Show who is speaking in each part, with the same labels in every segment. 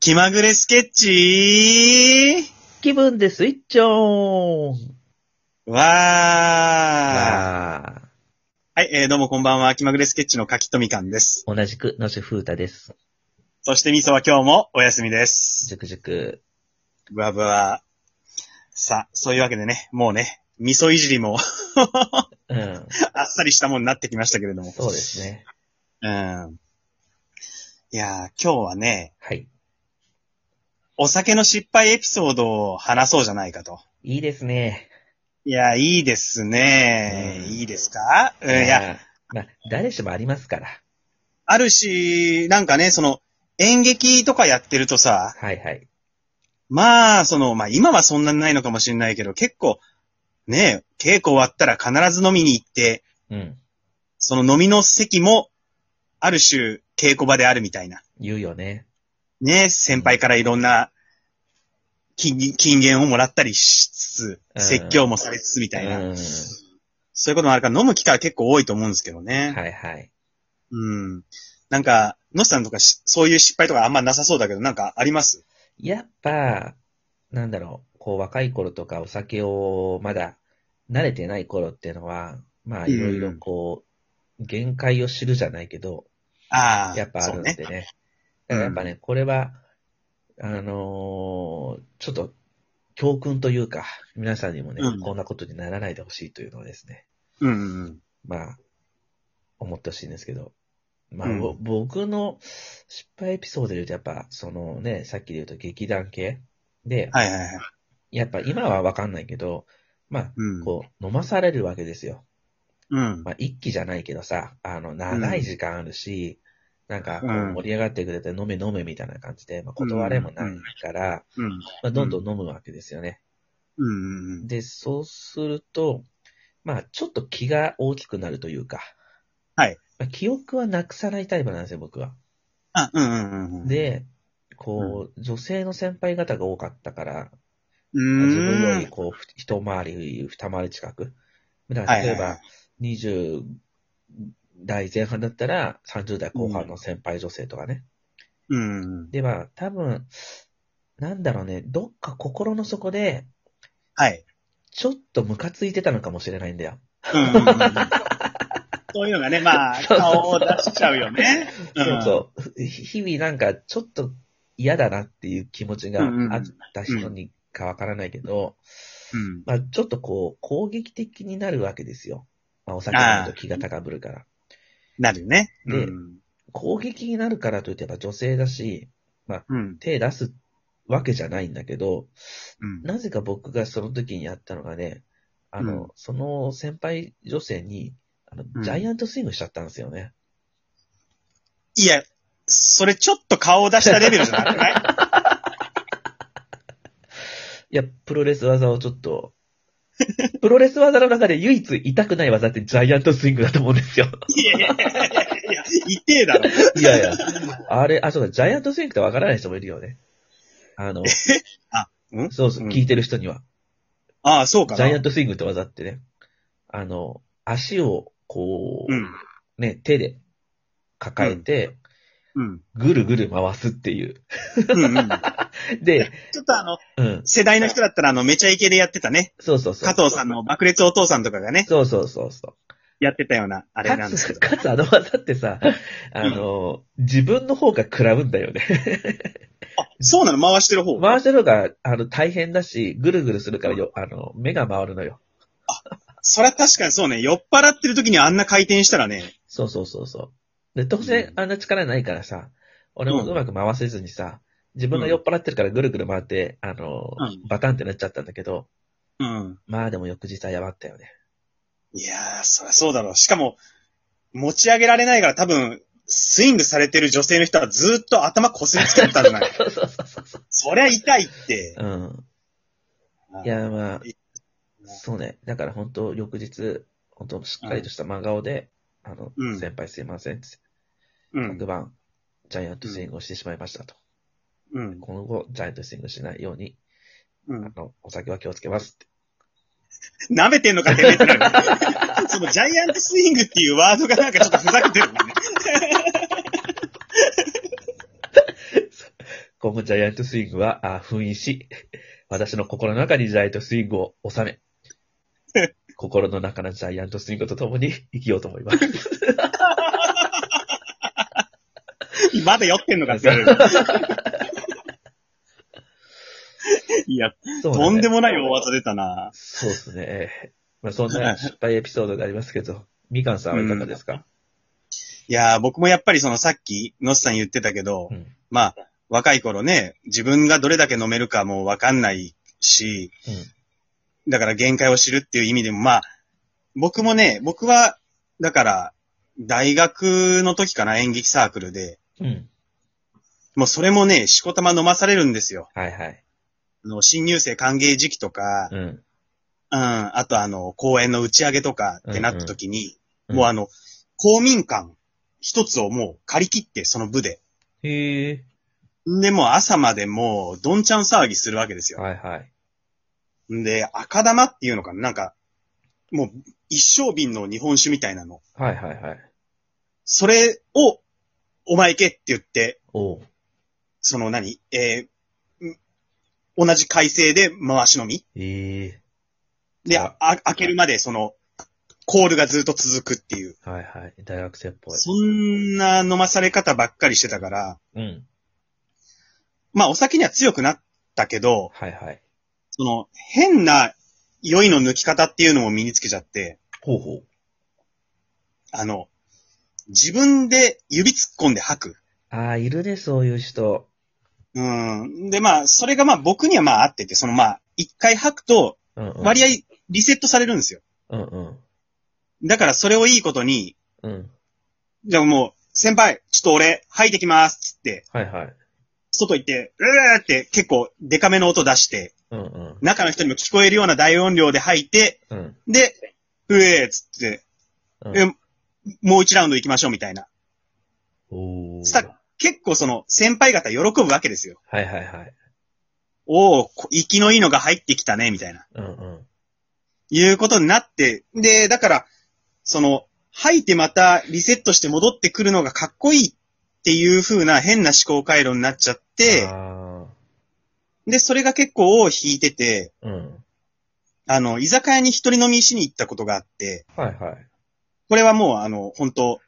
Speaker 1: 気まぐれスケッチ
Speaker 2: 気分でスイッチオン
Speaker 1: ーわー
Speaker 2: ああ。
Speaker 1: はい、えーどうもこんばんは。気まぐれスケッチの柿とみかんです。
Speaker 2: 同じく、のしふうたです。
Speaker 1: そしてみそは今日もお休みです。
Speaker 2: じゅくじゅく。
Speaker 1: ぶわぶわ。さあ、そういうわけでね、もうね、みそいじりも
Speaker 2: うん。
Speaker 1: あっさりしたものになってきましたけれども。
Speaker 2: そうですね。
Speaker 1: うん。いやー、今日はね、
Speaker 2: はい。
Speaker 1: お酒の失敗エピソードを話そうじゃないかと。
Speaker 2: いいですね。
Speaker 1: いや、いいですね。
Speaker 2: うん
Speaker 1: いいですか、うん、いや、
Speaker 2: あー。まあ、誰しもありますから。
Speaker 1: あるし、なんかね、その、演劇とかやってるとさ、
Speaker 2: はいはい。
Speaker 1: まあ、その、まあ今はそんなにないのかもしれないけど、結構、ねえ、稽古終わったら必ず飲みに行って、
Speaker 2: うん。
Speaker 1: その飲みの席も、ある種、稽古場であるみたいな。
Speaker 2: 言うよね。
Speaker 1: ねえ、先輩からいろんな、金、金言をもらったりしつ
Speaker 2: うん
Speaker 1: つ、説教もされつつみたいな。
Speaker 2: うん。
Speaker 1: そういうこともあるから、飲む機会は結構多いと思うんですけどね。
Speaker 2: はいはい。
Speaker 1: うん。なんか、のしさんとかし、そういう失敗とかあんまなさそうだけど、なんかあります
Speaker 2: やっぱ、なんだろう、こう若い頃とかお酒をまだ慣れてない頃っていうのは、まあ
Speaker 1: うん
Speaker 2: いろいろこう、限界を知るじゃないけど、
Speaker 1: ああ。
Speaker 2: やっぱある
Speaker 1: そ
Speaker 2: ん
Speaker 1: う
Speaker 2: で
Speaker 1: ね。
Speaker 2: ね。
Speaker 1: う
Speaker 2: だ
Speaker 1: ん
Speaker 2: からやっぱね、これは、あのーちょっと教訓というか、皆さんにもね、
Speaker 1: うん
Speaker 2: こんなことにならないでほしいというのをですね、
Speaker 1: うんうんうん。
Speaker 2: まあ、思ってほしいんですけど、まあ、
Speaker 1: うん
Speaker 2: ぼ僕の失敗エピソードで言うと、やっぱ、そのね、さっきで言うと劇団系で、
Speaker 1: はいはいはい。
Speaker 2: やっぱ今はわかんないけど、まあ、
Speaker 1: うん。
Speaker 2: こう、飲まされるわけですよ。
Speaker 1: うん。
Speaker 2: まあ、一気じゃないけどさ、あの、長い時間あるし、なんか、こう
Speaker 1: うん
Speaker 2: 盛り上がってくれて飲め飲めみたいな感じで、まあ、断れもないから、
Speaker 1: うん。
Speaker 2: まあ、どんどん飲むわけですよね。
Speaker 1: うんうん。
Speaker 2: で、そうすると、まあ、ちょっと気が大きくなるというか、
Speaker 1: はい。
Speaker 2: まあ、記憶はなくさないタイプなんですよ、僕は。
Speaker 1: あ、うんうんうんうん。、
Speaker 2: で、こう、女性の先輩方が多かったから、
Speaker 1: う
Speaker 2: 自分よ
Speaker 1: ー
Speaker 2: り
Speaker 1: ん。
Speaker 2: こう、ふ一回り、二回り近く。だから例え
Speaker 1: はいはい
Speaker 2: ば、20代前半だったら、30代後半の先輩女性とかね。
Speaker 1: うん。
Speaker 2: では、多分、なんだろうね、どっか心の底で、
Speaker 1: はい。
Speaker 2: ちょっとムカついてたのかもしれないんだよ。
Speaker 1: うんうんうんうん。そういうのがね、まあ、
Speaker 2: そうそうそう
Speaker 1: 顔を出しちゃうよね。
Speaker 2: そうそう。日々なんか、ちょっと嫌だなっていう気持ちがあった人にかわからないけど、
Speaker 1: うん。
Speaker 2: まあ、ちょっとこう、攻撃的になるわけですよ。まあ、お酒飲むと気が高ぶるから。
Speaker 1: なるよね。う
Speaker 2: で
Speaker 1: ん。
Speaker 2: 攻撃になるからといってやっぱ女性だし、
Speaker 1: うん。
Speaker 2: 手出すわけじゃないんだけど、
Speaker 1: うん。
Speaker 2: なぜか僕がその時にやったのがね、あの、
Speaker 1: うん
Speaker 2: その先輩女性に、あの
Speaker 1: うん
Speaker 2: ジャイアントスイングしちゃったんですよね。
Speaker 1: いや、それちょっと顔を出したレベルじゃなくない
Speaker 2: いや、プロレス技をちょっと、 プロレス技の中で唯一痛くない技ってジャイアントスイングだと思うん ですよ。
Speaker 1: いやいやいやいやいや、痛えだろ。
Speaker 2: いやいや。あれ、あ、そうだ、ジャイアントスイングってわからない人もいるよね。あの、
Speaker 1: あん
Speaker 2: そうそう、
Speaker 1: うん
Speaker 2: 聞いてる人には。
Speaker 1: ああ、そうか
Speaker 2: ジ
Speaker 1: な。
Speaker 2: ャイアントスイングって技ってね、あの、足をこう、
Speaker 1: うん。
Speaker 2: ね、手で抱えて、
Speaker 1: うん。
Speaker 2: ぐるぐる回すっていう。
Speaker 1: うんうん。
Speaker 2: で、
Speaker 1: ちょっとあの、
Speaker 2: うん、
Speaker 1: 世代の人だったらあの、めちゃイケでやってたね。
Speaker 2: そうそうそう。
Speaker 1: 加藤さんの爆裂お父さんとかがね、
Speaker 2: そうそうそうそう。
Speaker 1: やってたような、あれ
Speaker 2: か
Speaker 1: なんですけど。
Speaker 2: つ、かつあの技って さ、あの、自分の方が食らうんだよね。
Speaker 1: あ、そうなの回してる方。
Speaker 2: 回してる方が、あの、大変だし、ぐるぐるするからよ、あの、目が回るのよ。
Speaker 1: そりゃ確かにそうね。酔っ払ってる時にあんな回転したらね。
Speaker 2: そうそうそうそう。で、当然、あんな力ないからさ、俺もうまく回せずにさ、自分が酔っ払ってるからぐるぐる回って、あの、
Speaker 1: うん
Speaker 2: バタンってなっちゃったんだけど、
Speaker 1: うん。
Speaker 2: まあでも翌日はやばっ たよね。
Speaker 1: いやー、そりゃそうだろう。しかも、持ち上げられないから多分、スイングされてる女性の人はずーっと頭こすりつけてたんじゃ ない
Speaker 2: そうそうそうそうそう。
Speaker 1: そりゃ痛いって。
Speaker 2: うん。いや、まあ
Speaker 1: い、
Speaker 2: そうね。だから本当、翌日、本当、しっかりとした真顔で、あの、
Speaker 1: うん
Speaker 2: 先輩すいませんっつって、
Speaker 1: うん
Speaker 2: 昨。晩、ジャイアントスイングをしてしまいましたと。
Speaker 1: うん。
Speaker 2: 今後、ジャイアントスイングしないように、
Speaker 1: う
Speaker 2: あ
Speaker 1: ん。
Speaker 2: の、お酒は気をつけますって。
Speaker 1: 舐めてんのかてめえってなる。 そのジャイアントスイングっていうワードがなんかちょっとふざけてるもんね。
Speaker 2: 今後ジャイアントスイングは、あ封印し、私の心の中にジャイアントスイングを収 め、心の中のジャイアントスイングと共に生きようと思います。
Speaker 1: まだ酔ってんのかって言わ れる。いや、
Speaker 2: そうだね
Speaker 1: とんでもない大技出たな。
Speaker 2: そうですね。ええまあ、そんな失敗エピソードがありますけど、みかんさんはいかがですか、
Speaker 1: いやー、僕もやっぱりそのさっき、のっさん言ってたけど、
Speaker 2: うん
Speaker 1: まあ、若い頃ね、自分がどれだけ飲めるかもうわかんないし、だから限界を知るっていう意味でも、まあ、僕もね、僕は、だから、大学の時かな、演劇サークルで、
Speaker 2: うん。うん。
Speaker 1: もうそれもね、しこたま飲まされるんですよ。
Speaker 2: はいはい。
Speaker 1: あの、新入生歓迎時期とか、うん、
Speaker 2: うん。
Speaker 1: あとあの、公演の打ち上げとかってなった時に、
Speaker 2: うん
Speaker 1: もうあの、公民館一つをもう借り切って、その部で。
Speaker 2: へえ。
Speaker 1: で、もう朝までもう、どんちゃん騒ぎするわけですよ。
Speaker 2: はいはい。
Speaker 1: んで、赤玉っていうのかななんか、もう、一升瓶の日本酒みたいなの。
Speaker 2: はいはいはい。
Speaker 1: それを、お前行けって言って、
Speaker 2: おう。
Speaker 1: その何えーん同じ改正で回し飲み
Speaker 2: ええ。
Speaker 1: で、
Speaker 2: あ
Speaker 1: あ、あ開けるまでその、コールがずっと続くっていう。
Speaker 2: はいはい。大学生っぽい。
Speaker 1: そんな飲まされ方ばっかりしてたから、
Speaker 2: うん。
Speaker 1: まあお酒には強くなったけど、
Speaker 2: はいはい。
Speaker 1: その、変な酔いの抜き方っていうのも身につけちゃって、
Speaker 2: ほうほう。
Speaker 1: あの、自分で指突っ込んで吐く。
Speaker 2: ああ、いるね、そういう人。
Speaker 1: うん。で、まあ、それがまあ僕にはまあ合ってて、そのまあ、一回吐くと、
Speaker 2: うん、うん。
Speaker 1: 割合リセットされるんですよ。
Speaker 2: うんうん。
Speaker 1: だからそれをいいことに、
Speaker 2: うん。
Speaker 1: じゃあもう、先輩、ちょっと俺、吐いてきますっつって、
Speaker 2: はいはい。
Speaker 1: 外行って、うーって結構デカめの音出して、
Speaker 2: うんうん。
Speaker 1: 中の人にも聞こえるような大音量で吐いて、
Speaker 2: うん。
Speaker 1: で、うえーっつって、
Speaker 2: うん
Speaker 1: えもう一ラウンド行きましょうみたいな。
Speaker 2: おー
Speaker 1: さ結構その、先輩方喜ぶわけですよ。
Speaker 2: はいはいはい。
Speaker 1: おお、こ生きのいいのが入ってきたね、みたいな。
Speaker 2: うんうん。
Speaker 1: いうことになって、で、だから、その、吐いてまたリセットして戻ってくるのがかっこいいっていう風な変な思考回路になっちゃって、
Speaker 2: あ
Speaker 1: で、それが結構を引いてて、
Speaker 2: ーうん。
Speaker 1: あの、居酒屋に一人飲みしに行ったことがあって、
Speaker 2: はいはい。
Speaker 1: これはもう、あの、本当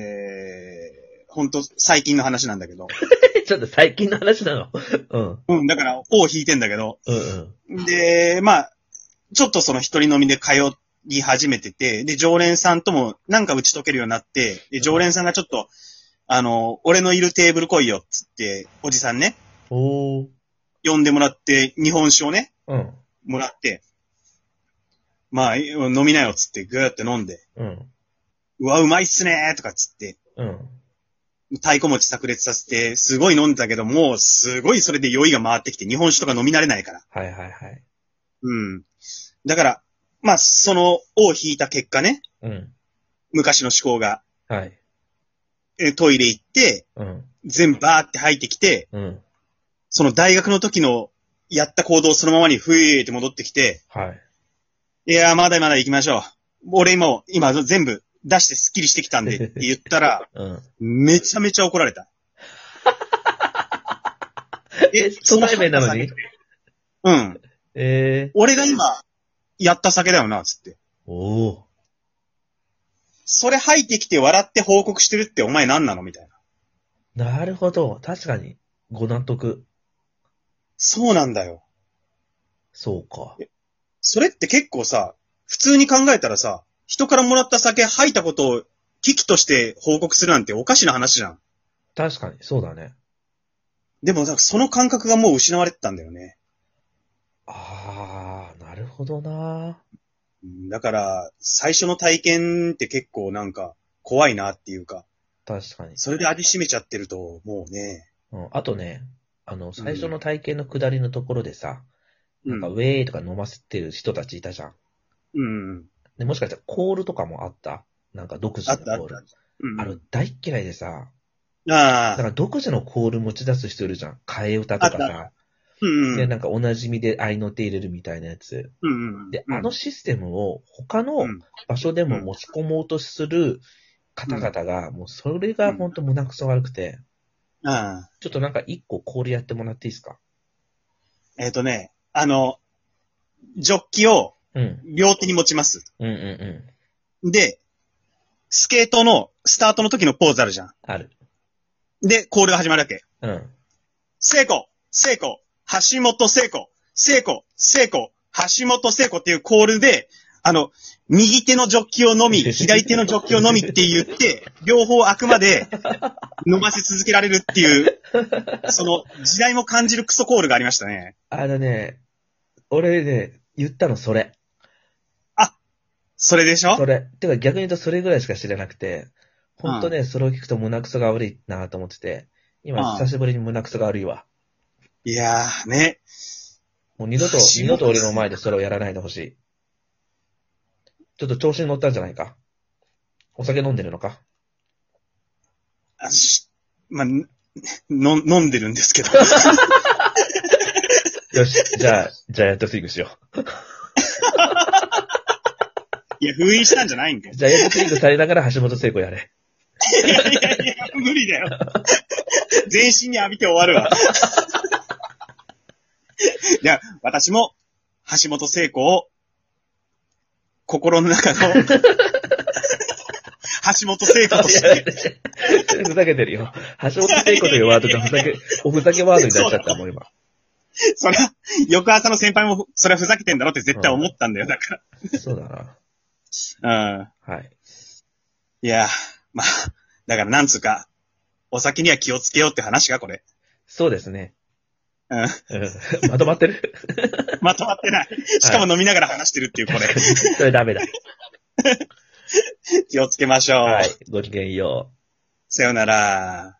Speaker 1: えー、本当最近の話なんだけど、
Speaker 2: え、 ちょっと最近の話なの。うん。
Speaker 1: うん、だから、を引いてんだけど、
Speaker 2: うんうん。
Speaker 1: で、まあ、ちょっとその一人飲みで通い始めてて、で、常連さんともなんか打ち解けるようになって、で、常連さんがちょっと、あの、俺のいるテーブル来いよっつって、おじさんね、
Speaker 2: おー。
Speaker 1: 呼んでもらって、日本酒をね、
Speaker 2: うん。
Speaker 1: もらって、まあ、飲みなよっつって、ぐーって飲んで、
Speaker 2: うん。
Speaker 1: うわ、うまいっすねーとかっつって、
Speaker 2: うん。
Speaker 1: 太鼓持ち炸裂させて、すごい飲んでたけど、もうすごいそれで酔いが回ってきて、日本酒とか飲み慣れないから。
Speaker 2: はいはいはい。
Speaker 1: うん。だから、まあ、その、を引いた結果ね、
Speaker 2: うん。
Speaker 1: 昔の思考が、
Speaker 2: はい。
Speaker 1: えトイレ行って、
Speaker 2: うん。
Speaker 1: 全部バーって入ってきて、
Speaker 2: うん。
Speaker 1: その大学の時のやった行動をそのままにふえーって戻ってきて、
Speaker 2: はい。
Speaker 1: いやーまだまだ行きましょう。俺も今全部出してスッキリしてきたんでって言ったら、
Speaker 2: うん。
Speaker 1: めちゃめちゃ怒ら れた。
Speaker 2: え初対面なのに
Speaker 1: うん。
Speaker 2: ええ
Speaker 1: 俺が今、やった酒だよな、つって。
Speaker 2: ー。おー。
Speaker 1: それ吐いてきて笑って報告してるってお前何なのみたいな。
Speaker 2: なるほど。確かに。ご納得。
Speaker 1: そうなんだよ。
Speaker 2: そうか。
Speaker 1: それって結構さ、普通に考えたらさ、人からもらった酒吐いたことを危機として報告するなんておかしな話じゃん。
Speaker 2: 確かに。そうだね。
Speaker 1: でも、その感覚がもう失われてたんだよね。
Speaker 2: あー、なるほどな。
Speaker 1: うんだから、最初の体験って結構なんか怖いなっていうか、
Speaker 2: 確かに。
Speaker 1: それで味しめちゃってると、もうね。
Speaker 2: うん。あとね、あの、最初の体験の下りのところでさ、
Speaker 1: う
Speaker 2: なんか
Speaker 1: ん。
Speaker 2: ウェーイとか飲ませてる人たちいたじゃん。
Speaker 1: うん。
Speaker 2: で、もしかしたらコールとかもあったなんか独自
Speaker 1: あ
Speaker 2: の
Speaker 1: っ
Speaker 2: コ
Speaker 1: たあっ
Speaker 2: ール
Speaker 1: た。。うん。
Speaker 2: あの、大っ嫌いでさ、だ
Speaker 1: ああ。
Speaker 2: から独自のコール持ち出す人いるじゃん。替え歌とかさ。
Speaker 1: うんう
Speaker 2: で、
Speaker 1: ん。
Speaker 2: なんかお馴染みで合いの手入れるみたいなやつ。
Speaker 1: うんうん。
Speaker 2: で、
Speaker 1: うん
Speaker 2: あの、システムを他の
Speaker 1: うん
Speaker 2: 場所でも持ち込もうとする方々が、もうそれが本当胸くそ悪くて、
Speaker 1: うん。
Speaker 2: ちょっとなんか一個これやってもらっていいですか
Speaker 1: えっ、とね、あの、ジョッキを
Speaker 2: うん。
Speaker 1: 両手に持ちます。
Speaker 2: うんうんう
Speaker 1: で、スケートのスタートの時のポーズあるじゃん。
Speaker 2: ん。ある。
Speaker 1: で、コールが始まるわけ。
Speaker 2: うん。
Speaker 1: 聖子聖子橋本聖子聖子聖子橋本聖子っていうコールで、あの、右手のジョッキをのみ、左手のジョッキをのみって言って、両方あくまで伸ばし続けられるっていう、その時代も感じるクソコールがありましたね。
Speaker 2: あのね、俺ね、言ったのそれ。
Speaker 1: それでしょ
Speaker 2: それ。てか逆に言うとそれぐらいしか知らなくて、ほんとね、それを聞くと胸くそが悪いなと思ってて、
Speaker 1: う
Speaker 2: 今
Speaker 1: ん
Speaker 2: 久しぶりに胸くそが悪いわ。
Speaker 1: いやーね。
Speaker 2: もう二度と、
Speaker 1: 橋
Speaker 2: 二
Speaker 1: 本
Speaker 2: 度と俺の前でそれをやらないでほしい。ちょっと調子に乗ったんじゃないか。お酒飲んでるのか。
Speaker 1: あしまあ、んの、飲んでるんですけど。
Speaker 2: よし、じゃあ、ジャイアントスイングしよ
Speaker 1: いや、封印したんじゃないんだ
Speaker 2: う。
Speaker 1: よ。
Speaker 2: ジャイアントスイングされながら橋本聖子やれ。
Speaker 1: いやいやいや、無理だよ。全身に浴びて終わるわ。いや、私も、橋本聖子を、心の中の、橋本聖子として、
Speaker 2: ふざけてるよ。橋本聖子というワードがふざけ、おふざけワードになっちゃったもん、今。
Speaker 1: そりゃ、翌朝の先輩も、そりゃふざけてんだろって絶対思ったんだよ、だか
Speaker 2: そうだな。
Speaker 1: ら。うん。
Speaker 2: はい。
Speaker 1: いや、まあ、だからなんつうか、お酒には気をつけようって話か、これ。
Speaker 2: そうですね。
Speaker 1: うん。
Speaker 2: うん まとまってる
Speaker 1: まとまってない。しかも飲みながら話してるっていう、これ。
Speaker 2: それダメだ。
Speaker 1: 気をつけましょう。
Speaker 2: はい。ごきげんよう。
Speaker 1: さよなら。